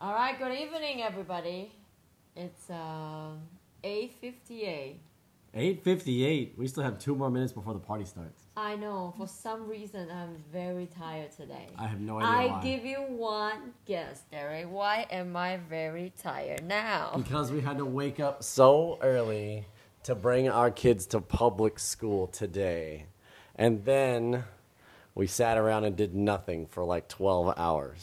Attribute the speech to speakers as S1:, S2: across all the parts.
S1: All right, good evening, everybody. It's uh, 8.58.
S2: 8:58. We still have two more minutes before the party starts.
S1: I know, for some reason, I'm very tired today.
S2: I have no idea
S1: I
S2: why.
S1: give you one guess, Derek. Why am I very tired now?
S2: because we had to wake up so early to bring our kids to public school today. And then we sat around and did nothing for like 12 hours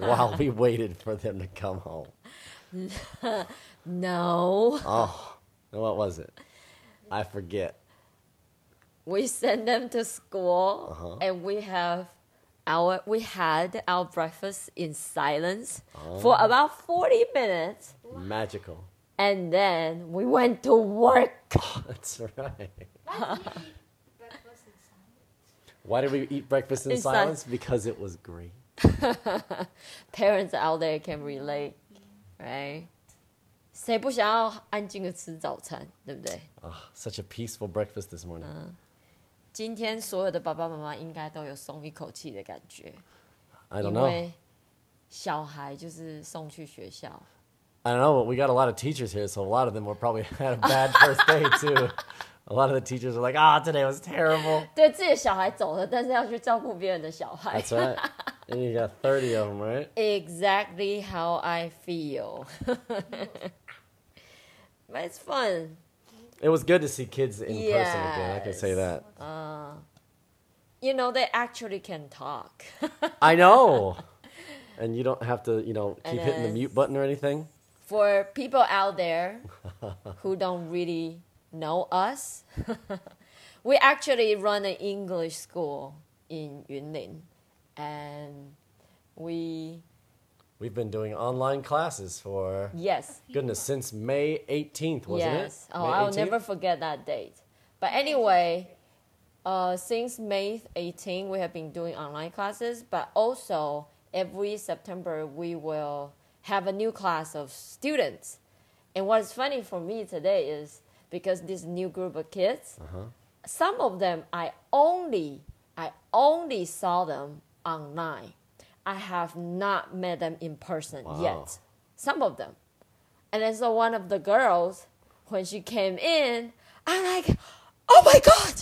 S2: while we waited for them to come home.
S1: No.
S2: Oh, and what was it? I forget.
S1: We send them to school
S2: Uh-huh.
S1: and we have our we had our breakfast in silence
S2: Oh.
S1: for about 40 minutes
S2: Magical.
S1: and then we went to work.
S2: That's right.
S3: Why do you eat breakfast in silence?
S2: Why did we eat breakfast in
S1: In sil-
S2: silence? Because it was great.
S1: parents out there can relate, right? 谁不想要安静的吃早餐，对不对？
S2: Ah, such a peaceful breakfast this morning.
S1: Uh, 今天所有的爸爸妈妈应该都有松一口气的感觉，
S2: I
S1: 因
S2: don't know.
S1: 为小孩就是送去学校，
S2: I don't know, but we got a lot of teachers here, so a lot of them were probably had a bad first day too. A lot of the teachers are like, "Ah, today was terrible."
S1: 对自己的小孩走了，但是要去照顾别人的小孩。
S2: That's right. and you got thirty of them, right?
S1: Exactly how I feel. But it's fun.
S2: It was good to see kids in person again. I can say
S1: Yes.
S2: that.
S1: You know they actually can talk.
S2: I know. And you don't have to, you know,
S1: And
S2: keep hitting the
S1: then-
S2: mute button or anything.
S1: for people out there who don't really know us, we actually run an English school in Yunlin, and we
S2: We've been doing online classes for
S1: yes,
S2: goodness since May 18th, wasn't
S1: yes.
S2: it?
S1: Oh,
S2: May
S1: I'll
S2: 18th?
S1: never forget that date. But anyway, uh, since May 18, we have been doing online classes, but also every September we will have a new class of students. And what's funny for me today is because this new group of kids, some of them I only I only saw them online. I have not met them in person
S2: Wow.
S1: yet. Some of them. And then so one of the girls, when she came in, I'm like, oh my god,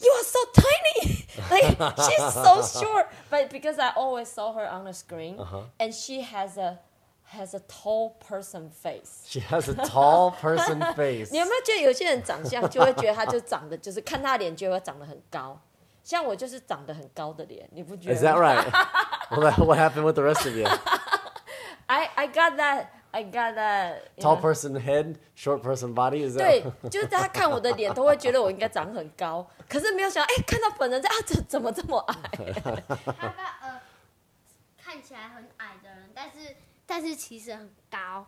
S1: you are so tiny. like she's so short. But because I always saw her on the screen and she has a has a tall person face.
S2: She has a tall person face.
S1: 你有没有觉得有些人长相就会觉得他就长得就是看他脸就会长得很高，像我就是长得很高的脸，你不觉
S2: Is
S1: 得
S2: that
S1: 吗
S2: right? well, that, what happened with the rest of you?
S1: ？I I got that I got that you
S2: Tall
S1: know.
S2: person head, short person body. Is that
S1: 对，就是大家看我的脸都会觉得我应该长很高，可是没有想到，哎、看到本人在啊，怎怎么这么矮？
S3: How about 呃，看起来很矮的人，但是但是其实很高，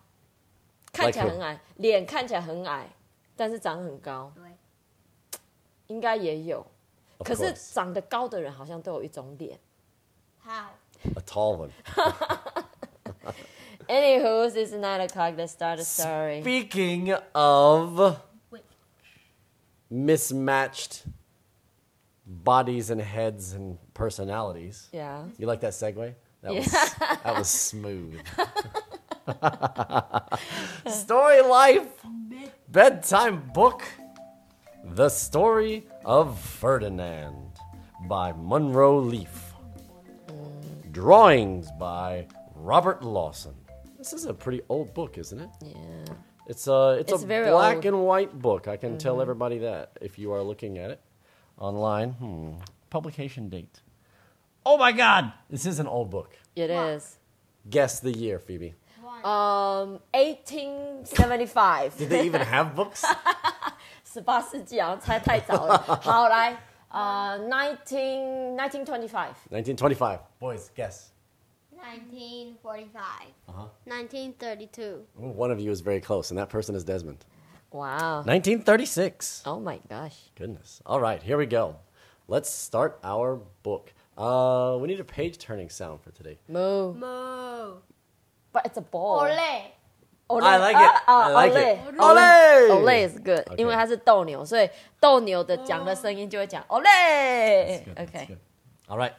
S1: 看起来很矮，脸看起来很矮，但是长很高，
S3: 对，
S1: 应该也有。
S2: Of
S1: 可是
S2: course.
S1: 长得高的人好像都有一种脸。
S3: 好，
S2: a tall one.
S1: Anywho, it's nine o'clock. Let's start the story.
S2: Speaking of
S3: wait，
S2: mismatched bodies and heads and personalities,
S1: Yeah.
S2: you like that segue? That was that was smooth. Story life, bedtime book, the story of Ferdinand by Monroe Leaf. Drawings by Robert Lawson. This is a pretty old book, isn't it?
S1: Yeah.
S2: It's a it's,
S1: It's
S2: a
S1: very
S2: black
S1: old. Mm-hmm.
S2: and white book. I can tell everybody that if you are looking at it online. Hmm. Publication date. Oh my God! This is an old book.
S1: It is.
S2: Guess the year, Phoebe.
S3: one，
S1: Um, 1875.
S2: Did they even have books?
S1: 十八世纪好像猜太早 了。好，来，呃、n i n e t e e n nineteen twenty five，
S2: 1925. Boys, guess.
S3: nineteen forty-five，
S2: Uh-huh.
S3: nineteen thirty-two，
S2: Ooh, One of you is very close, and that person is Desmond.
S1: 哇哦
S2: 1936.
S1: ，Oh my gosh，
S2: Goodness. All right, here we go. Let's start our book. Uh, we need a page turning sound for today.
S1: move，
S3: no，
S1: but it's a
S3: o
S1: ball。
S3: l
S1: Olay
S2: I like it.
S1: 啊啊
S2: I like it.
S1: Olay
S2: Olay
S1: Olay is good，
S2: Okay.
S1: 因为它是斗牛，所以斗牛的讲的声音就会讲 Olay。
S2: Good, that's
S1: OK，
S2: good. All right.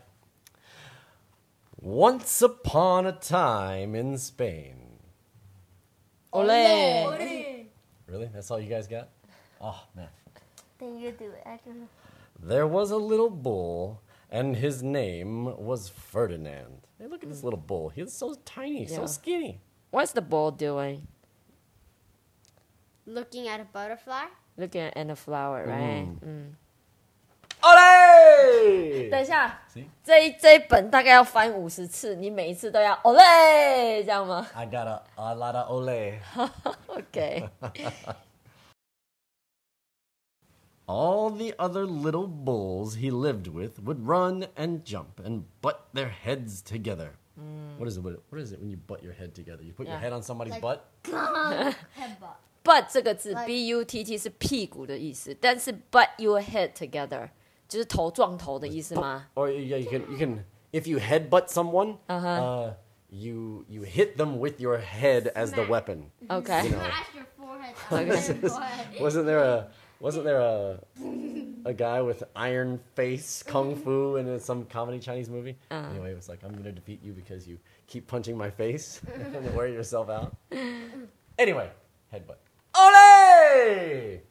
S2: Once upon a time in Spain.
S1: Olay.
S3: Olé.
S2: Really? That's all you guys got? Oh, man.
S3: Then you do it. I don't know.
S2: There was a little bull, and his name was Ferdinand. Hey, look at this little bull. He's so tiny,
S1: Yeah.
S2: so skinny.
S1: What's the ball doing?
S3: Looking at a butterfly.
S1: Looking at a flower, right?
S2: Mm
S1: 嗯，等
S2: Ole!
S1: 一下，
S2: See?
S1: 这一这一本大概要翻五十次，你每一次都要 Olay 这样吗
S2: I got a, a lot of ole.
S1: ？OK，
S2: All the other little bulls he lived with would run and jump and butt their heads together. What is it? What what is it when you butt your head together? You put your
S1: Mm. Yeah.
S2: head on somebody's
S3: Like-
S2: butt.
S3: Headbutt.
S1: butt 这个字
S3: Like-
S1: b u t t 是屁股的意思，但是 butt your head together 就是头撞头的意思吗？
S2: Or yeah, you can you can if you headbutt someone,
S1: Uh-huh.
S2: uh, you you hit them with your head as the
S3: Smack.
S2: weapon.
S1: Okay.
S2: You know.
S3: Smash your forehead. on their forehead.
S2: Wasn't there a wasn't there a a guy with iron face kung fu in some comedy Chinese movie?
S1: Uh.
S2: Anyway, it was like I'm gonna defeat you because you keep punching my face and wear yourself out. Anyway, headbutt. Ole!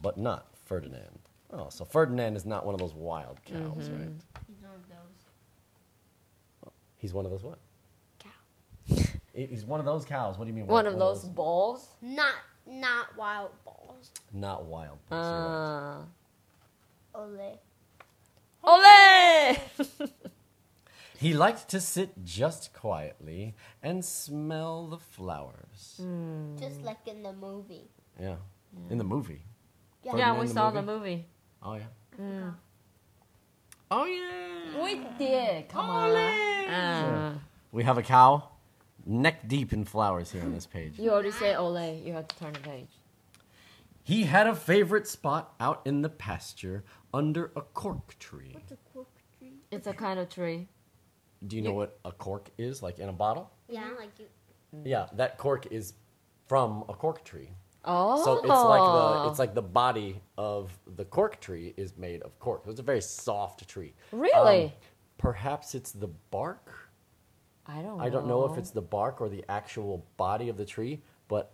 S2: But not Ferdinand. Oh, so Ferdinand is not one of those wild cows,
S1: Mm-hmm.
S2: right?
S3: He's one of those.
S2: He's one of those what?
S3: Cow.
S2: He- He's one of those cows. What do you mean?
S1: one of those balls，
S3: Not not wild balls.
S2: Not wild. bulls, you're right.
S1: 嗯
S3: Olé.
S1: ，Olay，
S2: He liked to sit just quietly and smell the flowers.
S3: Just like in the movie.
S2: Yeah. In the movie.
S3: Yeah.
S1: yeah
S2: Ferdinand
S1: we
S2: the
S1: saw the movie
S2: Oh yeah. Oh yeah.
S1: we did come on，嗯。Ah。
S2: We have a cow neck deep in flowers here on this page.
S1: You already say Olay. You have to turn the page.
S2: He had a favorite spot out in the pasture under a cork tree.
S3: It's a cork tree.
S1: It's a kind of tree.
S2: Do you know what a cork is like in a bottle?
S3: Yeah, like you.
S2: Yeah, that cork is from a cork tree.
S1: Oh.
S2: So it's like the it's like the body of the cork tree is made of cork. It's a very soft tree. Um,
S1: Really?
S2: perhaps it's the bark.
S1: I don't. Know.
S2: I don't know if it's the bark or the actual body of the tree, but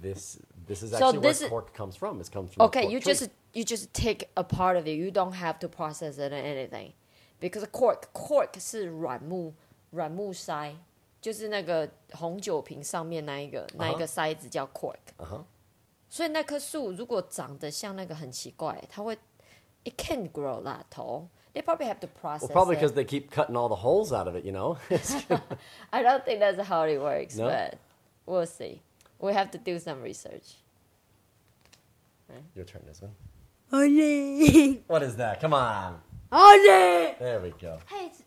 S2: this this is
S1: So
S2: actually
S1: this
S2: where
S1: is-
S2: cork comes from. It comes from the
S1: Okay,
S2: cork
S1: you
S2: tree.
S1: just you just take a part of it. You don't have to process it or anything, because cork cork 是软木软木塞，就是那个红酒瓶上面那一个那一个塞子叫 cork。
S2: Uh-huh.
S1: 所以那棵树如果长得像那个很奇怪，它会 it can grow 啦头。They probably have to process.
S2: well, probably
S1: it.
S2: because they keep cutting all the holes out of it, you know.
S1: I don't think that's how it works,
S2: No?
S1: but we'll see. We have to do some research.
S2: Your turn, Desmond.
S3: Olé.
S2: What is that? Come on.
S3: Olé.
S2: There we go.
S3: Hey, it's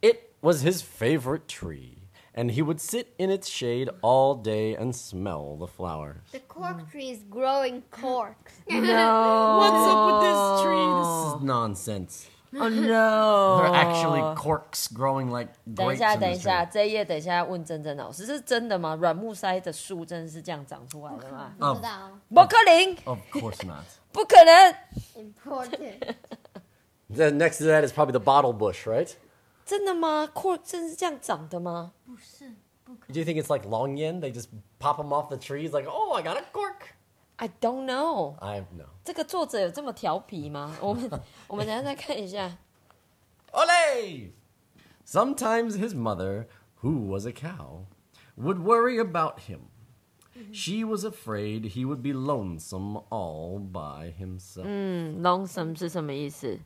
S2: It was his favorite tree, and he would sit in its shade all day and smell the flowers.
S3: The cork
S1: Mm.
S3: tree is growing corks.
S1: No.
S2: What's up with this tree? This is nonsense.
S1: oh no.
S2: There are actually corks growing like
S1: 等一
S2: grapes.
S1: 下，
S2: in
S1: 等一
S2: this
S1: 下，
S2: tree.
S1: 这一页等一下要问珍珍老师，这是真的吗？软木塞的树真的是这样长出来的 吗？
S2: Oh.
S3: 不知道。
S1: 不可能，
S2: Of course not.
S1: 不可能，
S3: Important.
S2: then next to that is probably the bottle bush, right?
S1: 真的吗？Cork 真的是这样长的吗？
S2: Do you think it's like long yin? They just pop them off the trees, like, oh, I got a cork.
S1: I don't know，
S2: I no.
S1: 这个作者有这么调皮吗？ 我们我们等一下再看一下。
S2: Ole! Sometimes his mother, who was a cow, would worry about him. She was afraid he would be lonesome all by himself.
S1: 嗯，lonesome 是什么意思？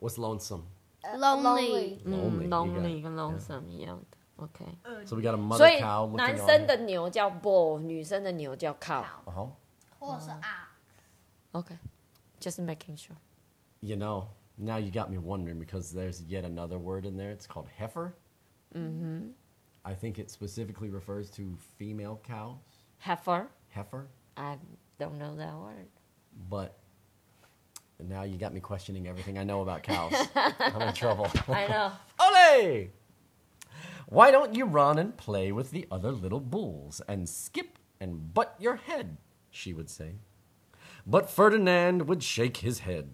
S2: What's lonesome?
S3: Uh, Lonely.
S1: 嗯
S2: Lonely,
S1: Mm, ，lonely
S2: you got-
S1: 跟 lonesome 一样的。OK，
S2: So we got a mother
S1: 所以
S2: cow looking
S1: 男
S2: on
S1: 生
S2: him.
S1: 的牛叫 bull，女生的牛叫 cow。
S2: Uh-huh.
S3: Horse啊。
S1: OK，just、making sure。
S2: You know, now you got me wondering because there's yet another word in there. It's called heifer. Mm-hmm. I think it specifically refers to female cows,
S1: Heifer。
S2: heifer.
S1: I don't know that word.
S2: But now you got me questioning everything I know about cows. I'm in trouble.
S1: I know.
S2: Ole! Why don't you run and play with the other little bulls and skip and butt your head? She would say. But Ferdinand would shake his head.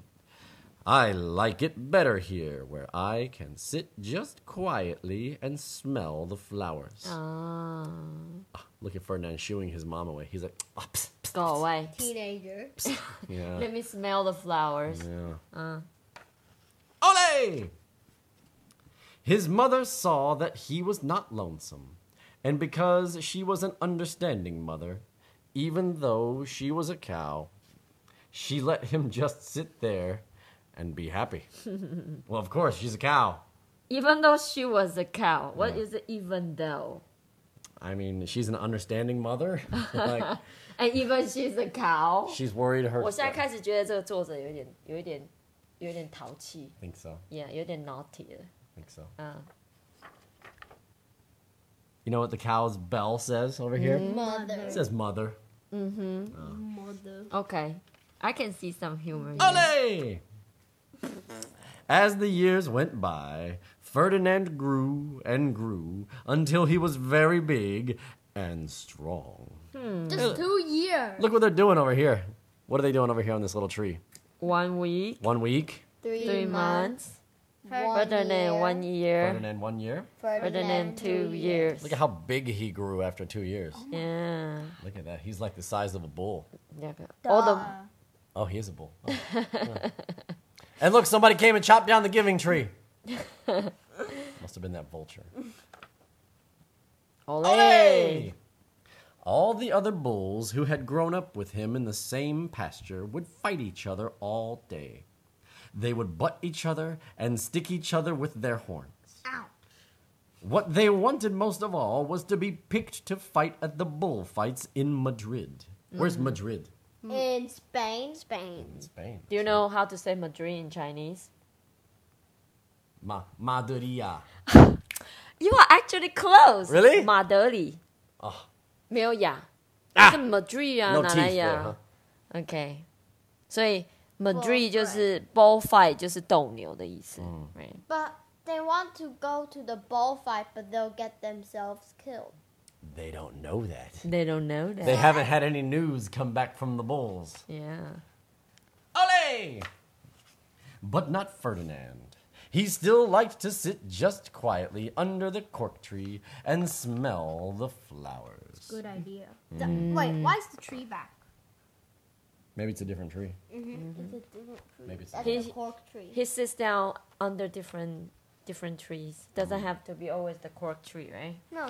S2: I like it better here where I can sit just quietly and smell the flowers.
S1: Oh. 啊，
S2: Look at Ferdinand shooing his mom away. He's like, "Ah, psst, psst."
S1: go away.
S3: teenager.
S2: yeah.
S1: Let me smell the flowers.
S2: yeah.
S1: Uh,
S2: Ole! His mother saw that he was not lonesome, and because she was an understanding mother, even though she was a cow, she let him just sit there and be happy. well, of course, she's a cow.
S1: even though she was a cow, what
S2: Yeah.
S1: is it even though?
S2: I mean, she's an understanding mother. like,
S1: And even she's a cow.
S2: she's worried her.
S1: 我现在开始觉得这个作者有点、有一点、有一点淘气
S2: think so.
S1: ，yeah，有点 naughty 了。
S2: think so.
S1: 嗯，
S2: You know what the cow's bell says over here?
S3: Mm.
S2: It
S3: Mother.
S2: says mother.
S3: Mother.
S1: Okay, I can see some humor. in it.
S2: Ole! As the years went by, Ferdinand grew and grew until he was very big and strong.
S3: Just two years.
S2: Look what they're doing over here. What are they doing over here on this little tree?
S1: One week,
S2: One week,
S1: three months, rather than one year,
S2: Ferdinand one year.
S1: rather than two years.
S2: Look at how big he grew after two years.
S1: Yeah,
S2: Look at that. He's like the size of a bull.
S1: yeah. All the
S2: Oh, he is a bull. Oh, yeah. And look, somebody came and chopped down the giving tree. Must have been that vulture.
S1: Olay.
S2: All the other bulls who had grown up with him in the same pasture would fight each other all day. They would butt each other and stick each other with their horns.
S3: Ow.
S2: What they wanted most of all was to be picked to fight at the bull fights in Madrid. Where's
S1: Mm.
S2: Madrid?
S3: In Spain. Mm. Spain.
S2: Spain.
S1: Do you know how to say Madrid in Chinese?
S2: Ma- Maduria.
S1: You are actually close.
S2: Really?
S1: 马德里
S2: 哦
S1: 没有雅，
S2: 啊
S1: 是 Madrid 啊，
S2: Ah. No
S1: 哪来
S2: teeth there,
S1: 雅
S2: huh?
S1: ？OK，所以 Madrid
S3: Bullfight
S1: 就是 bull fight，就是斗牛的意思。Right.
S2: Mm.
S3: But they want to go to the bullfight, but they'll get themselves killed.
S2: They don't know that.
S1: They don't know that.
S2: They haven't had any news come back from the bulls.
S1: yeah.
S2: Ole! But not Ferdinand. He still liked to sit just quietly under the cork tree and smell the flowers.
S3: Good idea. Wait, why is the tree back?
S2: Maybe it's a different tree.
S1: Mm-hmm.
S3: It's a different tree.
S2: Maybe it's a
S3: That's
S1: different-
S3: the cork tree.
S1: He sits down under different different trees.
S2: Mm.
S1: Doesn't have to be always the cork tree, right?
S3: no.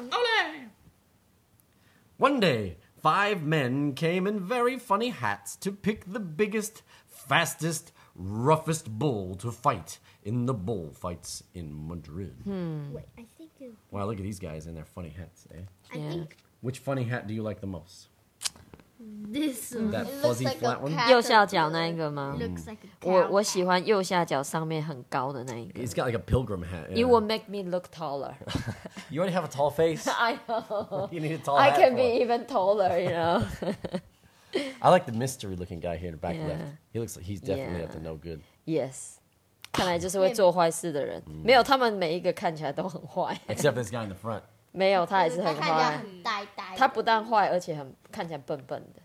S2: One day, five men came in very funny hats to pick the biggest, fastest, roughest bull to fight in the bull fights in Madrid.
S3: Wait, I think it,
S2: Wow, look at these guys in their funny hats, eh?
S3: I
S1: Yeah.
S3: think
S2: Which funny hat do you like the most?
S3: this one.
S2: That
S3: Hmm. it looks
S2: fuzzy
S3: like
S2: flat
S3: a
S2: one?
S3: cat
S1: 右下角那一个吗
S3: It？looks like a
S1: 我
S3: cow
S1: 我喜
S3: hat.
S1: 欢右下角上面很高的那一个。
S2: He's got like a pilgrim hat. yeah.
S1: It will make me look taller.
S2: You already have a tall face.
S1: I know.
S2: You need a tall
S1: Oh, I
S2: hat
S1: can
S2: for
S1: be
S2: it.
S1: even taller, you know.
S2: I like the mystery looking guy here in the back
S1: Yeah.
S2: left. He looks like he's definitely up to
S1: Yeah.
S2: no good.
S1: Yes，看来就是会做坏事的人。没有，他们每一个看起来都很 坏。
S2: Except this guy in the front.
S1: 没有，他还是
S3: 他
S1: 很
S3: 看起来
S1: 坏。
S3: 很呆呆的。
S1: 他不但坏，而且很看起来笨笨的。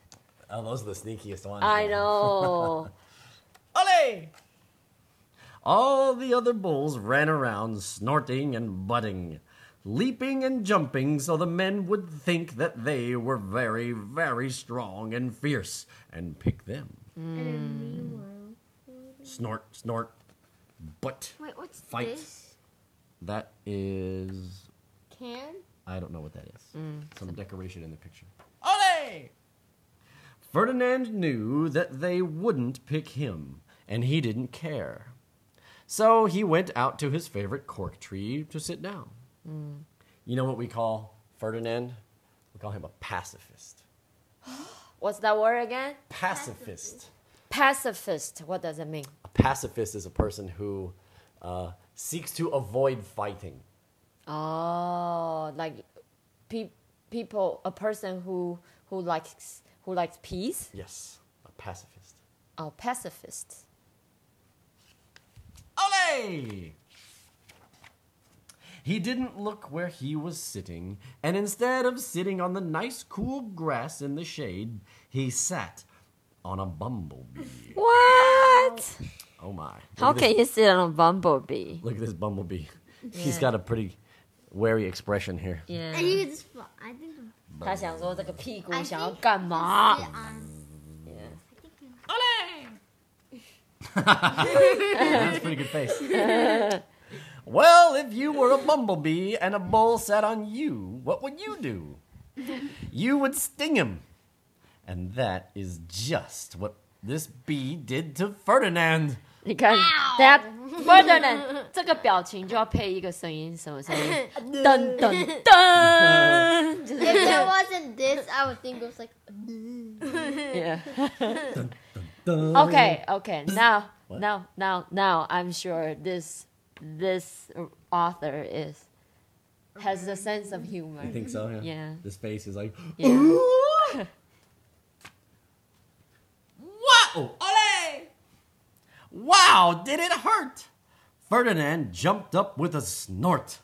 S2: Oh, those are the sneakiest ones.
S1: I know。
S2: Ole! All the other bulls ran around snorting and butting, leaping and jumping so the men would think that they were very, very strong and fierce and pick them.
S1: Mm.
S2: Snort, snort, butt.
S3: Wait, what's
S2: Fight.
S3: this?
S2: That is
S3: Can?
S2: I don't know what that is. Some decoration in the picture. Ole! Ferdinand knew that they wouldn't pick him, and he didn't care. So he went out to his favorite cork tree to sit down. You know what we call Ferdinand? We call him a pacifist.
S1: What's that word again?
S2: Pacifist.
S1: Pacifist. What does it mean?
S2: A pacifist is a person who uh, seeks to avoid fighting.
S1: Oh, like pe- people, a person who who likes who likes peace.
S2: Yes, a pacifist.
S1: Oh, pacifist.
S2: Ole! He didn't look where he was sitting, and instead of sitting on the nice cool grass in the shade, he sat on a bumblebee.
S1: What?
S2: A Oh my.
S1: How
S2: Look at
S1: can you sit on a bumblebee?
S2: Look at this bumblebee. He's
S1: Yeah.
S2: got a pretty wary expression here.
S1: Yeah.
S3: And you could just fly. I think.
S1: 他想说这个屁股
S3: I
S1: 想要
S3: think
S1: 干嘛
S3: it's on-
S1: Yeah.
S3: I think it's-
S2: That's a pretty good face. well, if you were a bumblebee and a bull sat on you, what would you do? You would sting him. And that is just what this bee did to Ferdinand.
S1: 你看，大家 Ferdinand 这个表情就要配一个声音，什么声 音？噔噔噔，就是
S3: If there wasn't this, I would think it was like.
S1: yeah. Okay, okay. Now,
S2: What?
S1: now, now, now, I'm sure this this author is has a sense of humor.
S2: think so?
S1: Yeah.
S2: This face is like,
S1: Yeah.
S2: Wow! Ole! Wow, did it hurt? Ferdinand jumped up with a snort.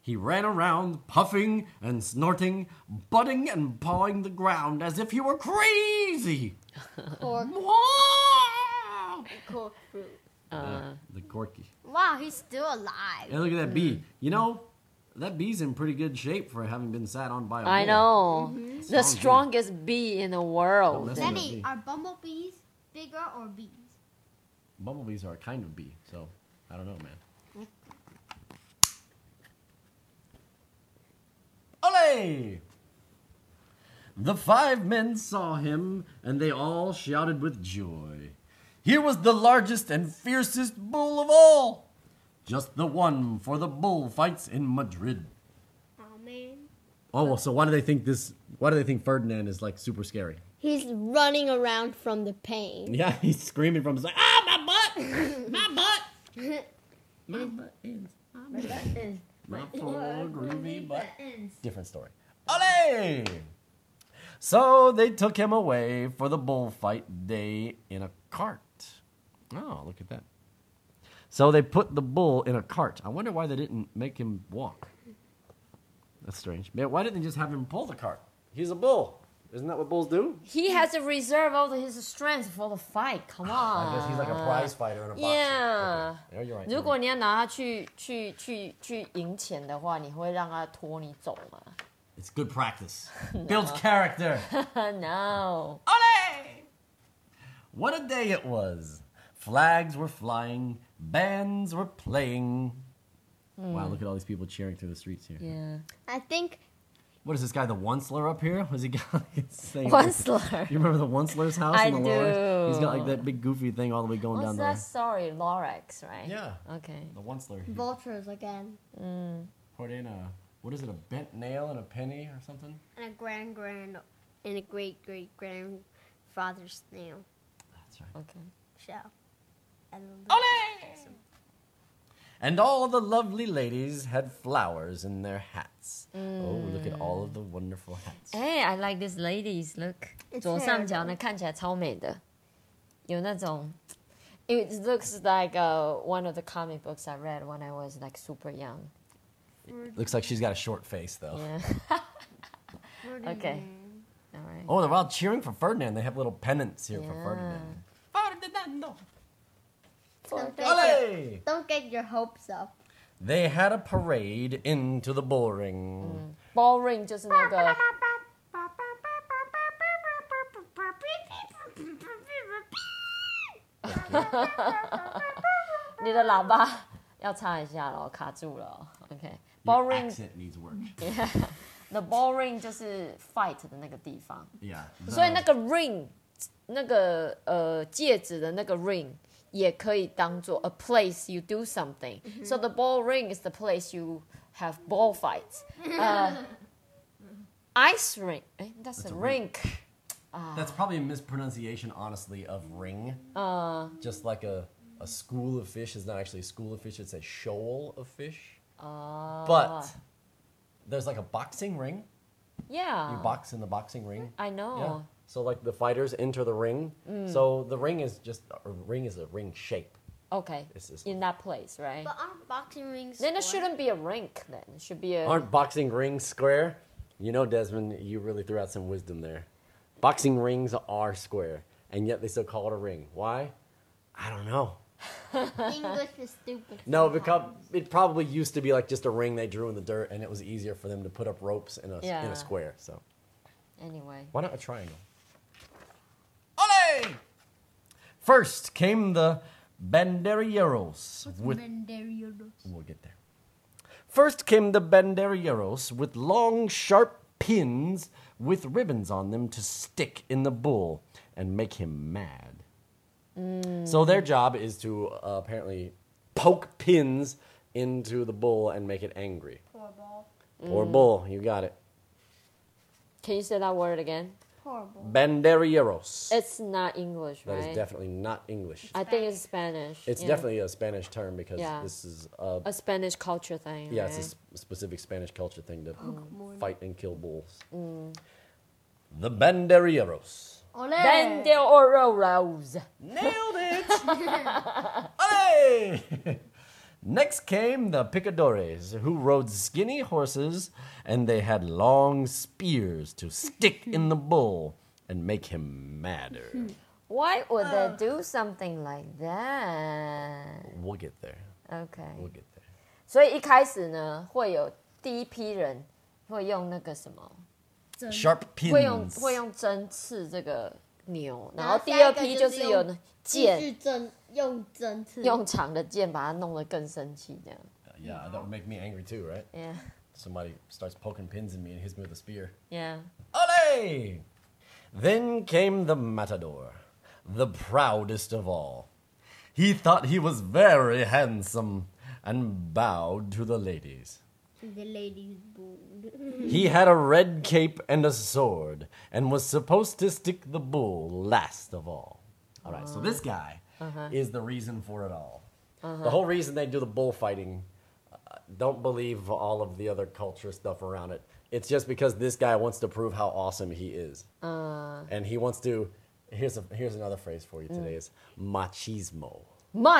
S2: He ran around, puffing and snorting, butting and pawing the ground as if he were crazy.
S3: Cork,
S2: Wow!
S3: cork fruit.
S1: Uh,
S2: the corky.
S3: Wow, he's still alive.
S2: And look at that bee. You know, that bee's in pretty good shape for having been sat on by a
S1: I
S2: bull.
S1: know
S3: Mm-hmm.
S1: the
S2: Sounds good.
S1: strongest bee in the
S2: Don't
S1: world.
S2: mess with
S3: Lenny,
S2: bee.
S3: are bumblebees bigger or bees?
S2: Bumblebees are a kind of bee, so I don't know, man. Ole! The five men saw him, and they all shouted with joy. Here was the largest and fiercest bull of all! Just the one for the bull fights in Madrid.
S3: Oh man.
S2: Oh, well, so why do they think this? Why do they think Ferdinand is like super scary?
S3: He's running around from the pain.
S2: Yeah, he's screaming from his like, ah, my butt, my butt. My butt ends. My butt ends. My full groovy butt ends. Different story. Ole! So they took him away for the bullfight day in a cart. Oh, look at that. So they put the bull in a cart. I wonder why they didn't make him walk. That's strange. Man, why didn't they just have him pull the cart? He's a bull. Isn't that what bulls do?
S1: He has to reserve all his strength for the fight. Come on.
S2: fighter in a
S1: Uh, Yeah.
S2: Okay. Yeah, you're right.
S1: 如果你要拿它去去去去赢钱的话，你会让它拖你走吗
S2: It's good practice. Builds character.
S1: ？No。
S2: Ole! What a day it was. Flags were flying, bands were playing. Wow, look at all these people cheering through the streets here.
S1: Yeah.
S3: I think
S2: What is this guy, the Onceler up here? Was he got saying
S1: Onceler.
S2: You remember the Onceler's house
S1: I
S2: in the Lower? He's got like
S1: do.
S2: that big goofy thing all the way going
S1: What's
S2: down there.
S1: that story? Lorax, right?
S2: Yeah.
S1: Okay.
S2: The Onceler. He
S3: vultures again.
S2: put in a what is it, a bent nail and a penny or something?
S3: And a grand grand and a great great grandfather's snail
S2: That's right.
S1: Okay.
S3: shell. And a little-
S2: And all the lovely ladies had flowers in their hats. Oh, look at all of the wonderful hats.
S1: Hey, I like these ladies. Look.
S3: It's
S1: 左上角呢看起来超美的，有那种。It looks like uh, one of the comic books I read when I was like super young.
S2: Looks like she's got a short face, though.
S1: Yeah. okay. All right.
S2: Oh, they're all cheering for Ferdinand. They have little pennants here for
S1: Yeah.
S2: Ferdinand.
S3: Don't get, your,
S2: Ole!
S3: don't get your hopes up.
S2: They had a parade into the bull ring.
S1: Ballroom 就是那个你的喇叭要擦一下咯，卡住了哦。OK。
S2: Your
S1: Ballroom
S2: accent needs work.
S1: the ballroom 就是 fight 的那个地方。
S2: Yeah.
S1: 所以那个 ring，那个呃戒指的那个 ring 也可以当做 a place you do something. So the ball ring is the place you have ball fights. 呃，ice ring，哎，that's a rink。
S2: That's probably a mispronunciation, honestly, of ring.
S1: Uh,
S2: Just like a, a school of fish is not actually a school of fish, it's a shoal of fish.
S1: uh,
S2: But there's like a boxing ring. You
S1: yeah,
S2: box in the boxing ring.
S1: I know.
S2: So like the fighters enter the ring. So the ring is just a ring is a ring shape.
S1: Okay,
S2: This is-
S1: in that place, right?
S3: But aren't boxing rings?
S1: Then it
S3: square?
S1: shouldn't be a rink. Then it should be a
S2: Aren't boxing rings square? You know, Desmond, you really threw out some wisdom there. Boxing rings are square, and yet they still call it a ring. Why? I don't know.
S3: English is stupid.
S2: No, because
S3: sometimes.
S2: it probably used to be like just a ring they drew in the dirt, and it was easier for them to put up ropes in a in
S1: Yeah.
S2: a square. So
S1: Anyway.
S2: why not a triangle? Ole! First came the Banderilleros with
S3: Mandarin.
S2: We'll get there. First came the banderilleros with long, sharp pins with ribbons on them to stick in the bull and make him mad.
S1: Mm.
S2: So their job is to uh, apparently poke pins into the bull and make it angry.
S3: Poor ball.
S2: Poor
S1: Mm.
S2: bull, you got it.
S1: Can you say that word again?
S3: Horrible.
S2: Banderilleros.
S1: It's not English,
S2: That
S1: right?
S2: is definitely not English.
S1: I think it's Spanish.
S2: It's
S1: yeah.
S2: definitely a Spanish term because
S1: Yeah.
S2: this is a,
S1: a Spanish culture thing.
S2: yeah, it's a
S1: right?
S2: s- specific Spanish culture thing to
S3: Pokemon.
S2: fight and kill bulls. The Banderilleros.
S3: Ole.
S1: Bandel Oro Rose.
S2: Nailed it! Hey! Next came the picadores, who rode skinny horses, and they had long spears to stick in the bull and make him madder.
S1: Why would
S3: Oh.
S1: they do something like that?
S2: we'll get there.
S1: Okay.
S2: We'll get there.
S1: 所以一开始呢，会有第一批人会用那个什么，
S3: 真
S2: Sharp pins.
S1: 会用会用针刺这个牛，然
S3: 然
S1: 后
S3: 后
S1: 第二
S3: 下一
S1: 批
S3: 个
S1: 就
S3: 就是
S1: 是
S3: 用
S1: 有那
S3: 继
S1: 剑，
S3: 续针用针刺。
S1: 用长的剑把它弄得更生气这样。
S2: Yeah, that would make me angry too, right?
S1: Yeah,
S2: Somebody starts poking pins in me and hits me with a spear.
S1: yeah.
S2: Ole! Then came the matador, the proudest of all. He thought he was very handsome and bowed to the ladies.
S3: The ladies bull.
S2: He had a red cape and a sword and was supposed to stick the bull last of all. All right, so this guy is the reason for it all. The whole reason they do the bullfighting, uh, don't believe all of the other culture stuff around it. It's just because this guy wants to prove how awesome he is. and he wants to. Here's, a, here's another phrase for you today is machismo.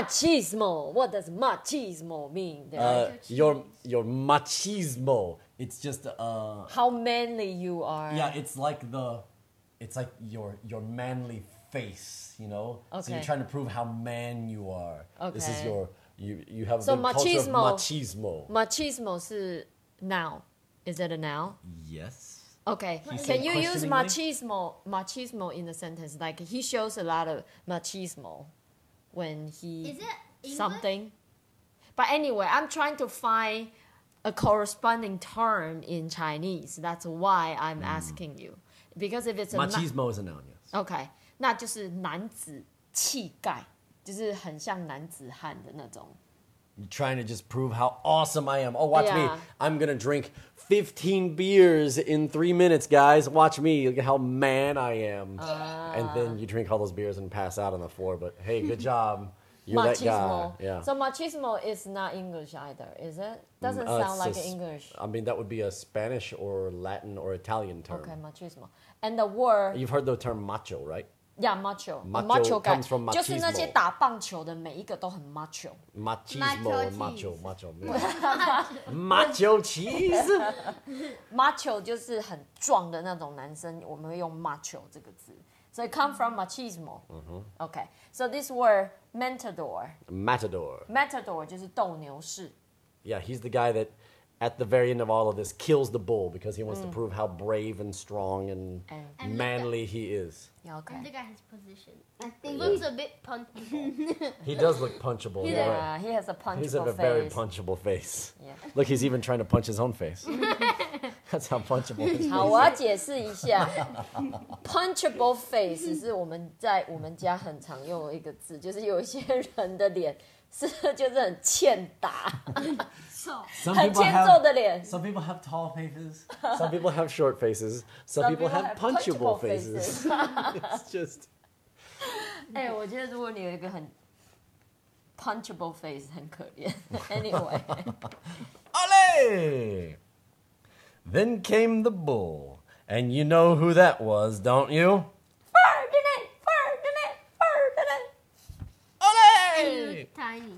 S1: Machismo. What does machismo mean? 这样
S2: Uh, your, your machismo. It's just uh,
S1: How manly you are.
S2: Yeah, it's like the, it's like your your manly face, you know. So you're
S1: Okay.
S2: trying to prove how man you are. This is
S1: Okay.
S2: your you you have
S1: So
S2: the culture of
S1: machismo-
S2: machismo.
S1: Machismo 是 noun. Is it a noun?
S2: yes.
S1: Okay.
S2: He said
S1: Can you use
S2: questioningly.
S1: machismo machismo in a sentence? Like he shows a lot of machismo when he
S3: Is it English?
S1: something. But anyway, I'm trying to find a corresponding term in Chinese. That's why I'm asking you. Because if it's a na-
S2: Hmm. Machismo is a noun. Yes.
S1: OK，那就是男子气概，就是很像男子汉的那种。
S2: You're trying to just prove how awesome I am. Oh, watch me!
S1: Yeah.
S2: I'm gonna drink 15 beers in three minutes, guys. Watch me! Look at how man I am. and
S1: Ah.
S2: then you drink all those beers and pass out on the floor. But hey, good job. You're that guy.
S1: Machismo.
S2: Yeah.
S1: So machismo is not English either, is it? Doesn't
S2: Uh,
S1: sound like
S2: so s-
S1: English.
S2: I mean, that would be a Spanish or Latin or Italian term.
S1: Okay, machismo. And the word,
S2: You've heard the term macho, right?
S1: yeah, macho. a
S2: Macho
S1: macho guy
S2: comes from
S1: 就是那
S2: machismo
S1: 些打棒球的每一个都很 macho。
S2: Machismo, macho,
S3: Macho
S2: macho, macho cheese.
S1: macho 就是很壮的那种男生，我们会用 macho 这个字。So it come from machismo.
S2: 嗯
S1: Okay, so this word matador,
S2: Matador.
S1: matador 就是斗牛士。
S2: Yeah, he's the guy that, at the very end of all of this, kills the bull because he wants to prove how brave and strong and,
S1: Mm. And-
S3: And look
S2: manly he is.
S1: Yeah, Okay.
S3: And look at his position. I think looks a bit punchable.
S2: He does look punchable. you're right.
S1: Yeah, he has a punchable
S2: He's a
S1: face.
S2: very punchable face.
S1: Yeah.
S2: Look, he's even trying to punch his own face. That's how punchable his face is.
S1: 好，我要解释一下，punchable face 是我们在我们家很常用的一个字，就是有一些人的脸是就是很欠打、
S3: So
S1: 很欠揍的脸。
S4: Some people have tall faces.
S2: Some people have short faces. Some,
S1: Some people
S2: people, have
S1: have
S2: punchable,
S1: punchable
S2: faces. it's just
S1: 哎、我觉得如果你有一个很 punchable face，很可怜。anyway，
S2: ole. Then came the bull, and you know who that was, don't you?
S1: Ferdinand, Ferdinand, Ferdinand.
S2: Ole!
S3: tiny.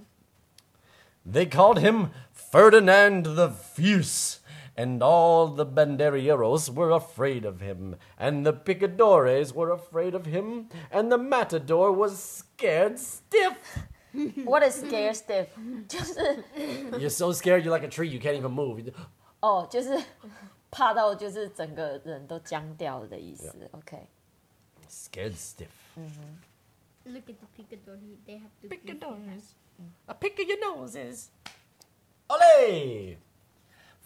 S2: They called him Ferdinand the Fierce, and all the banderilleros were afraid of him, and the picadores were afraid of him, and the matador was scared stiff.
S1: What is scare stiff？就是。
S2: You're so scared, you're like a tree, you can't even move. You just-
S1: 哦，就是 怕到就是整个人都僵掉的意思。OK，
S2: Scared stiff.
S3: Look at the picador. They have to
S4: Pick
S3: be-
S4: your nose. A pick of your noses.
S2: Ole!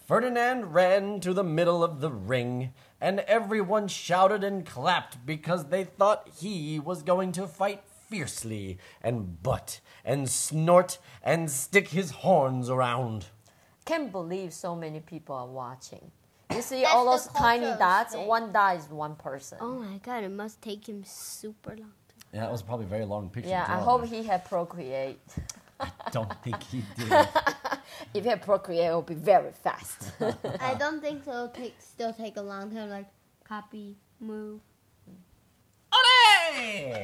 S2: Ferdinand ran to the middle of the ring, and everyone shouted and clapped because they thought he was going to fight fiercely and butt and snort and stick his horns around.
S1: Can't believe so many people are watching. You see
S3: That's
S1: all
S3: the
S1: those tiny
S3: cultural
S1: dots.
S3: thing.
S1: One dot is one person.
S3: Oh my god, it must take him super long.
S2: Yeah, that was probably a very long picture.
S1: yeah,
S2: to
S1: I
S2: draw
S1: hope
S2: there.
S1: he had procreate.
S2: Don't think he did.
S1: If he had procreate, it would be very fast.
S3: I don't think so. It'll take still take a long time. Like copy, move.
S2: Ole!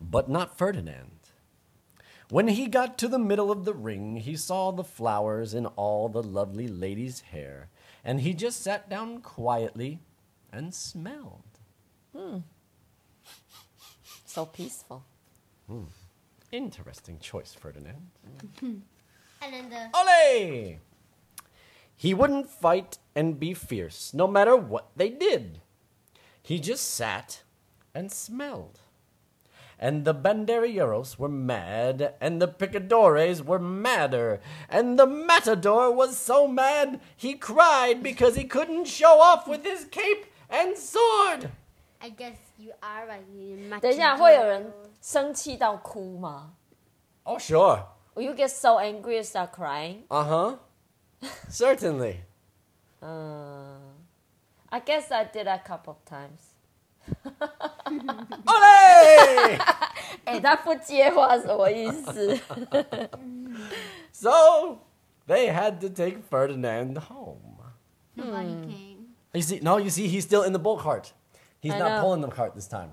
S2: But not Ferdinand. When he got to the middle of the ring, he saw the flowers in all the lovely lady's hair, and he just sat down quietly and smelled.
S1: so peaceful.
S2: Interesting choice, Ferdinand.
S3: And then the
S2: Ole! He wouldn't fight and be fierce, no matter what they did. He just sat and smelled. And the banderilleros were mad, and the picadores were madder, and the matador was so mad he cried because he couldn't show off with his cape and sword.
S3: I guess you are right. You
S1: 等一下，会有人生气到哭吗
S2: Oh, sure.
S1: Will you get so angry and start crying?
S2: Uh huh. Certainly.
S1: 嗯、i guess I did that a couple of times.
S2: Ole!
S1: 哎、 他不接话什么意思？
S2: So they had to take Ferdinand home.
S3: Nobody came.
S2: You see, no, you see, he's still in the bull cart. He's
S1: I
S2: not
S1: know.
S2: pulling the cart this time.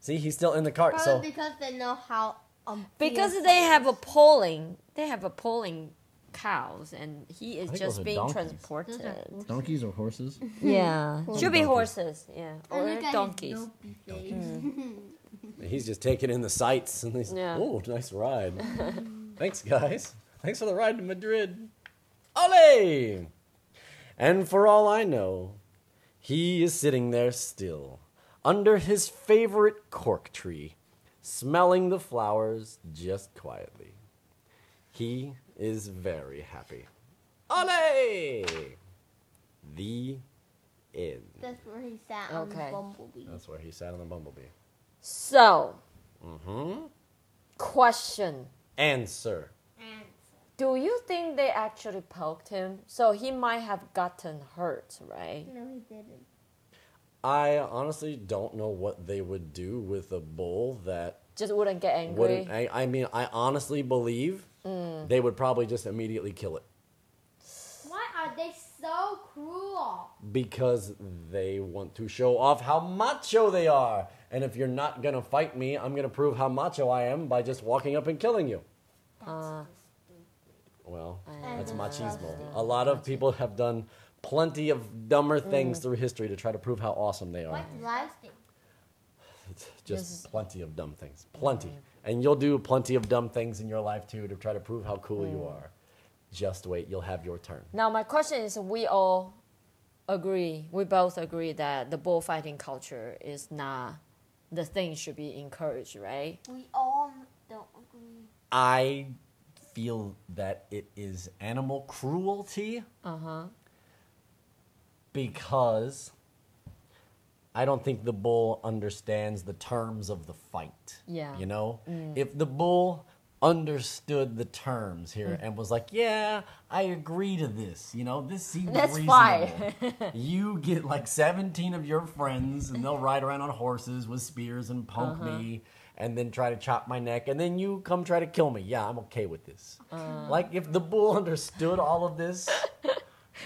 S2: See, he's still in the cart.
S3: Probably
S2: so
S3: because they know how. Um,
S1: Because
S3: fierce-
S1: they have a polling, they have a polling cows, and he is
S2: think those
S1: just
S2: are
S1: being
S2: donkeys.
S1: transported.
S2: donkeys or horses?
S1: Yeah, should be horses. Yeah,
S3: And
S1: or
S3: look at his
S1: donkeys.
S3: dopey face.
S2: he's just taking in the sights and he's
S1: Yeah.
S2: oh, nice ride. Thanks, guys. Thanks for the ride to Madrid. Ole! And for all I know, he is sitting there still, under his favorite cork tree, smelling the flowers just quietly. He is very happy. Ole! The end.
S3: That's where he sat
S1: Okay.
S3: on the bumblebee.
S2: That's where he sat on the bumblebee. Hmm?
S1: So, question:
S2: Answer.
S3: And
S1: Do you think they actually poked him? So he might have gotten hurt, right?
S3: no, he didn't.
S2: I honestly don't know what they would do with a bull that
S1: Just wouldn't get angry.
S2: wouldn't. I, I mean, I honestly believe
S1: Mm.
S2: they would probably just immediately kill it
S3: Why are they so cruel?
S2: because they want to show off how macho they are. And if you're not gonna fight me, I'm gonna prove how macho I am by just walking up and killing you.
S1: Uh,
S2: Well,
S1: I
S2: that's
S3: know.
S2: machismo. A lot of people have done plenty of dumber
S1: Mm.
S2: things through history to try to prove how awesome they are.
S3: What last thing?
S2: just
S1: Yes.
S2: plenty of dumb things. Plenty. And you'll do plenty of dumb things in your life too to try to prove how cool you are. Just wait, you'll have your turn.
S1: now my question is: We all agree, we both agree that the bullfighting culture is not the thing should be encouraged, right?
S3: We all don't agree.
S2: I feel that it is animal cruelty
S1: Uh huh.
S2: because I don't think the bull understands the terms of the fight.
S1: Yeah.
S2: You know? If the bull understood the terms here and was like, yeah, I agree to this, you know, this seems
S1: Let's
S2: reasonable. you get like 17 of your friends and they'll ride around on horses with spears and poke me and then try to chop my neck and then you come try to kill me. Yeah, I'm okay with this. like if the bull understood all of this,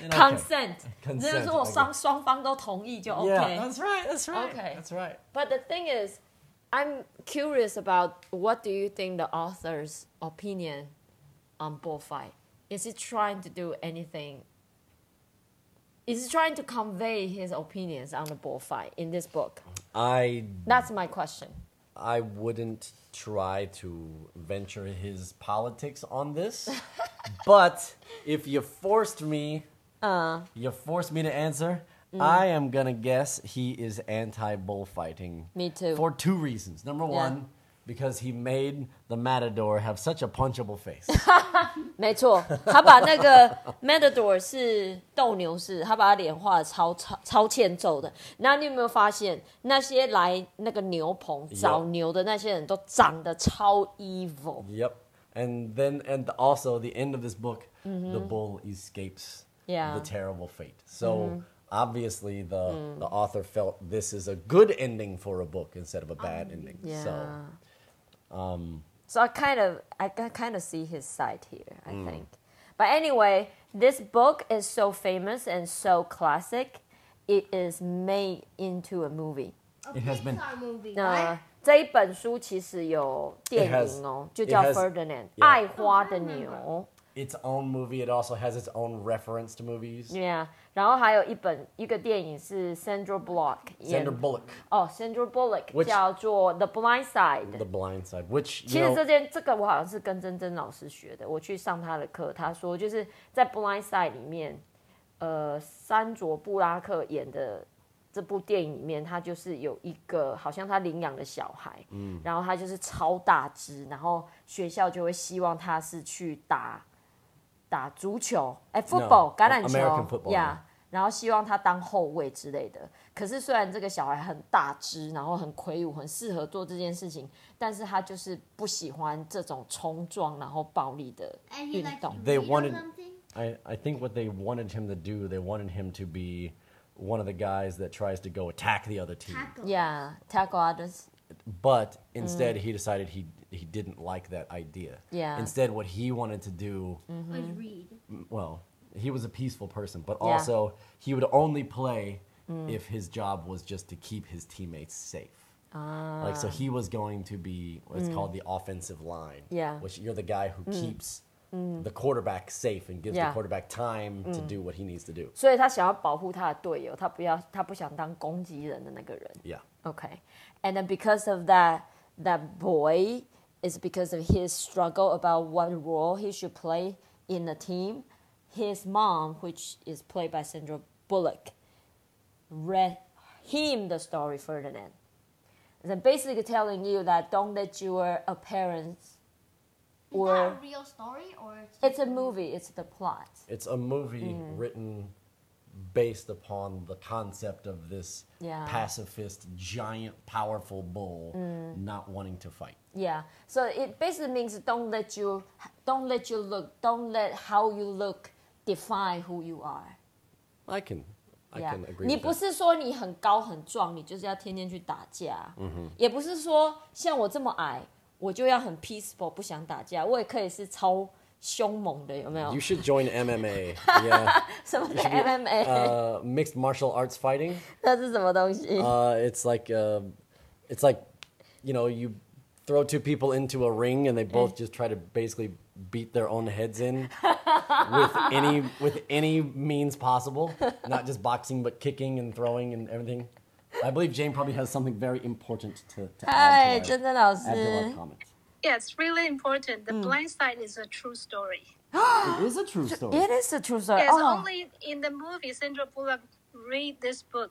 S2: then okay.
S1: consent， 就
S2: Consent，
S1: 是我
S2: okay
S1: 双双方都同意就
S2: Yeah,
S1: OK。
S2: that's right. That's right.
S1: Okay.
S2: That's right.
S1: But the thing is, I'm curious about what do you think the author's opinion on bullfight? Is he trying to do anything? Is he trying to convey his opinions on the bullfight in this book?
S2: I
S1: That's my question.
S2: I wouldn't try to venture his politics on this, but if you forced me,
S1: Uh.
S2: you forced me to answer.
S1: Mm.
S2: I am gonna guess he is anti bullfighting.
S1: Me too.
S2: For two reasons. Number one, because he made the matador have such a punchable face.
S1: 没错，他把那 个 Matador 是斗牛士，他把他脸画的超超超欠揍的。那你有没有发现，那些来那个牛棚找牛的那些人都长得超 evil？
S2: Yep. And then, and also the end of this book, the bull escapes
S1: Mm-hmm. Yeah. Mm-hmm. Mm.
S2: the terrible fate. So obviously, the the author felt this is a good ending for a book instead of a bad ending.
S1: Um, Yeah.
S2: So
S1: So I kind of I ca- kind of see his side here, I think. But anyway, this book is so famous and so classic. It is made into a movie.
S3: A
S2: It has been-
S3: Pixar movie.
S1: 那
S3: right?
S1: 这一本书其实有电
S2: It has-
S1: 影哦，就
S2: it
S1: 叫
S2: has-
S1: Ferdinand，
S2: yeah.
S1: 爱花的牛。
S2: its own movie. It also has its own reference to movies.
S1: Yeah，然后还有一本一个电影是 Sandra Block 演
S2: Sandra Bullock,
S1: 哦，Sandra Bullock
S2: Which-
S1: 叫做 The Blind Side。
S2: The Blind Side, which
S1: 其
S2: you
S1: 实
S2: know,
S1: 这件这个我好像是跟珍珍老师学的，我去上他的课，他说就是在《Blind Side》里面，呃，山卓布拉克演的这部电影里面，他就是有一个好像他领养的小孩，嗯，然后他就是超大只，然后学校就会希望他是去打打足球，哎，football、橄榄
S2: American
S1: 球
S2: football
S1: 呀。然后希望他当后卫之类的。可是虽然这个小孩很大只，然后很魁梧，很适合做这件事情，但是他就是不喜欢这种冲撞然后暴力的
S3: And he
S1: 运
S3: like
S1: 动。
S2: They
S3: read or
S2: wanted-
S3: something.
S2: I I think what they wanted him to do, they wanted him to be one of the guys that tries to go attack the other team.
S3: Tackle.
S1: Yeah, tackle others.
S2: But instead, he decided he he didn't like that idea.
S1: Mm. Yeah. Mm.
S2: Instead, what he wanted to do,
S3: Was read.
S2: well, he was a peaceful person, but
S1: Yeah. Mm.
S2: also he would only play if his job was just to keep his teammates safe. Like
S1: Ah.
S2: so, he was going to be what's called the offensive line.
S1: Mm. Yeah. Mm.
S2: Which you're the guy who keeps. The quarterback safe and gives
S1: Yeah. Mm.
S2: the quarterback time to do what he needs to do.
S1: 所以他想要保护他的队友，他不要，他不想当攻击人的那个人。
S2: Yeah.
S1: Okay. And then because of that, that boy is because of his struggle about what role he should play in the team. His mom, which is played by Sandra Bullock, read him the story Ferdinand. And then basically telling you that don't let your appearance
S3: Is that
S1: or
S3: a real story or?
S1: it's a movie, it's the plot.
S2: It's a movie
S1: Mm.
S2: written based upon the concept of this
S1: Yeah.
S2: pacifist, giant, powerful bull
S1: Mm.
S2: not wanting to fight.
S1: Yeah. So it basically means don't let you don't let you look don't let how you look define who you are.
S2: I can, I
S1: Yeah.
S2: can agree.
S1: 你
S2: with
S1: 不
S2: that.
S1: 是说你很高很壮，你就是要天天去打架。
S2: 嗯
S1: 也不是说像我这么矮，我就要很 peaceful，不想打架。我也可以是超凶猛的，有没有
S2: You？should join MMA. yeah,
S1: 什么 的 MMA？、
S2: uh, mixed martial arts fighting.
S1: 那是什么东西？
S2: Uh, it's like, uh, it's like, you know, you throw two people into a ring and they both just try to basically beat their own heads in with any with any means possible, not just boxing but kicking and throwing and everything. I believe Jane probably has something very important to, to
S1: 哎，
S2: add to our,
S1: 珍珍老师
S2: add to our comments.
S5: Yeah, it's really important. The blind side is a true story.
S2: It is a true story.
S1: ，It is a true story.
S5: It's
S1: 哦
S5: only in the movie Sandra Bullock read this book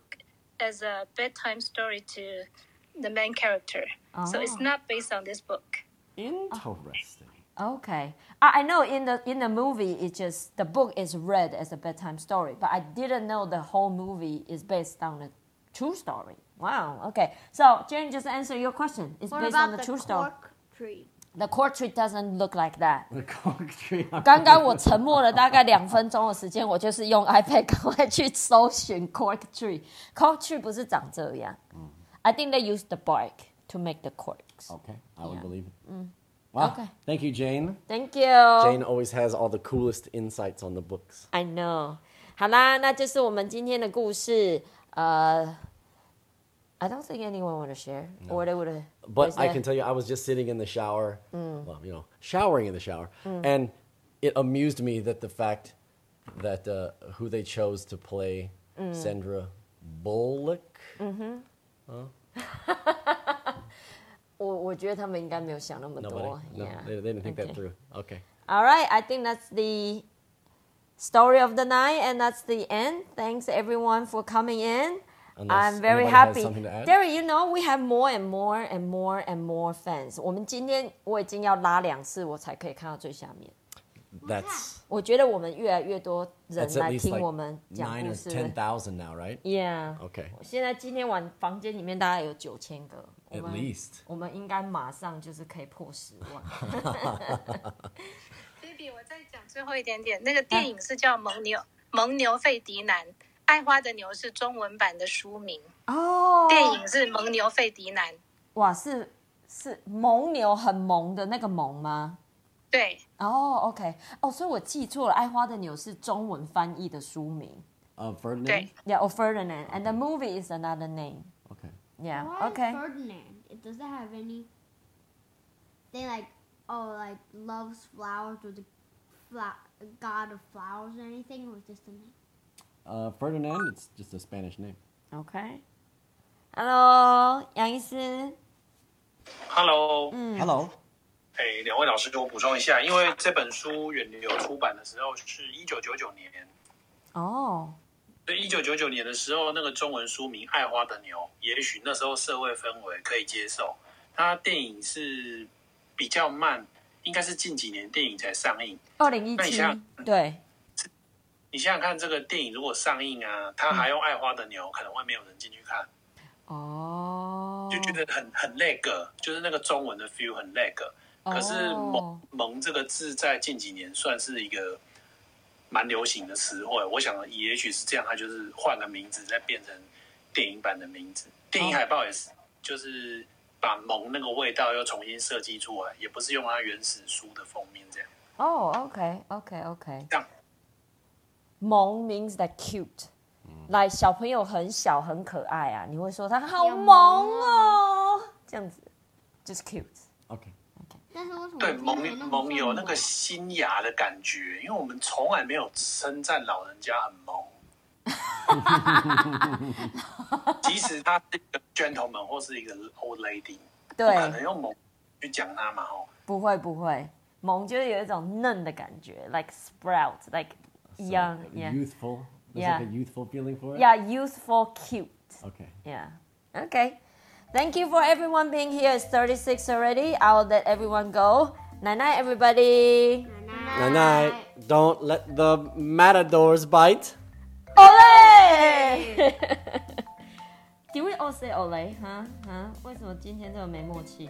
S5: as a bedtime story to the main character. So it's not based on this book.
S2: Interesting.
S1: Okay. I, I know in the in the movie it just the book is read as a bedtime story, but I didn't know the whole movie is based on a true story. Wow. Okay. So Jane just answer your question. It's
S3: What
S1: based
S3: about
S1: on the,
S3: the
S1: true story.
S3: cork tree?
S1: The court tree doesn't look like that.
S2: The cork tree.
S1: 刚刚我沉默了大概两分钟的时间，我就是用 iPad 赶快去搜寻 cork tree。Cork tree 不是长这样。I think they use the bark to make the corks.
S2: Okay, I would believe it. Wow.
S1: Mm. Okay.
S2: Thank you, Jane.
S1: Thank you.
S2: Jane always has all the coolest insights on the books.
S1: I know。好啦，那就是我们今天的故事。呃、i don't think anyone would share or they would.
S2: But I can tell you, I was just sitting in the shower,
S1: Mm.
S2: well, you know, showering in the shower, and it amused me that the fact that uh, who they chose to play
S1: Mm.
S2: Sandra Bullock.
S1: 我我觉得他们应该没有想那么
S2: Nobody?
S1: 多。
S2: No,
S1: yeah.
S2: they, they didn't think
S1: Okay.
S2: that through. Okay.
S1: All right, I think that's the story of the night, and that's the end. Thanks everyone for coming in.
S2: Unless
S1: I'm very
S2: anybody has
S1: happy.
S2: something to add?
S1: Derry, you know, we have more and more and more and more fans. 我们今天我已经要拉两次，我才可以看到最下面。
S2: That's
S1: 我觉得我们越来越多人
S2: that's
S1: 来
S2: at least
S1: 听
S2: like
S1: 我们讲
S2: nine
S1: 故
S2: or
S1: 事。
S2: ten thousand Oh now, right?
S1: Yeah，Oh,
S2: Okay.
S1: 现在今天晚房间里面大概有九千个，我
S2: At
S1: 们
S2: least
S1: 我们应该马上就是可以破十万。
S5: Baby，我再讲最后一点点。那个电影是叫《蒙牛蒙牛费迪南》，爱花的牛是中文版的书名，
S1: 哦，
S5: 电影是《蒙牛费迪南》。
S1: 哇，是是蒙牛很萌的那个萌吗？
S5: 对，
S1: 哦、o k 哦、所以我记错了，《爱花的牛》是中文翻译的书名。
S2: uh, Ferdinand.
S5: 对
S1: Yeah, o Ferdinand, and the movie is another name.
S2: Okay.
S1: Yeah,
S3: Why
S1: okay.
S3: Ferdinand? It doesn't have any. They like oh like loves flowers or the fla- god of flowers or anything or just a name.
S2: Uh, Ferdinand. It's just a Spanish name.
S1: OK. Hello，杨医师。
S6: Hello，
S2: 嗯
S1: Mm.
S2: Hello.
S6: 哎，两位老师，我补充一下，因为这本书远流出版的时候是一九九九年，
S1: 哦、
S6: 所以一九九九年的时候，那个中文书名《爱花的牛》，也许那时候社会氛围可以接受。它电影是比较慢，应该是近几年电影才上映。
S1: 2二零一
S6: 那你
S1: 七
S6: 想，
S1: 对，
S6: 你想想看，这个电影如果上映啊，它还用《爱花的牛》，可能会没有人进去看，
S1: 哦、
S6: 嗯就觉得很很那个，就是那个中文的 feel 很那个。可是
S1: 哦
S6: 萌“萌”这个字在近几年算是一个蛮流行的词汇。我想，也许是这样，它就是换个名字，再变成电影版的名字。电影海报也是，就是把“萌”那个味道又重新设计出来，也不是用它原始书的封面这样。
S1: 哦、o k OK OK。
S6: 这样
S1: 萌 means that cute，来、小朋友很小很可爱啊，你会说他好
S3: 好
S1: 萌
S3: 萌
S1: 哦，这样子就是 cute。
S2: Okay.
S3: 但是为什么
S6: 对，
S3: 今
S6: 萌
S3: 天还那么哦
S6: 萌有
S3: 多
S6: 那个新芽的感觉，因为我们从来没有称赞老人家很萌。即使他是一个 gentleman 或是一个 old lady，不可能
S1: 对，
S6: 用某去讲它嘛，哦，
S1: 不会不会，萌就是有一种嫩的感觉，like sprout，like
S2: So,
S1: young，yeah
S2: Youthful. There's
S1: Yeah.
S2: like a youthful feeling for it.
S1: yeah youthful cute。
S2: Okay.
S1: Yeah. Okay. Thank you for everyone being here. It's 36 already. I'll let everyone go. Night night, everybody.
S2: Night night. Don't let the matadors bite.
S1: Ole! Did we all say ole? Huh? Huh? 为什么今天这么没默契？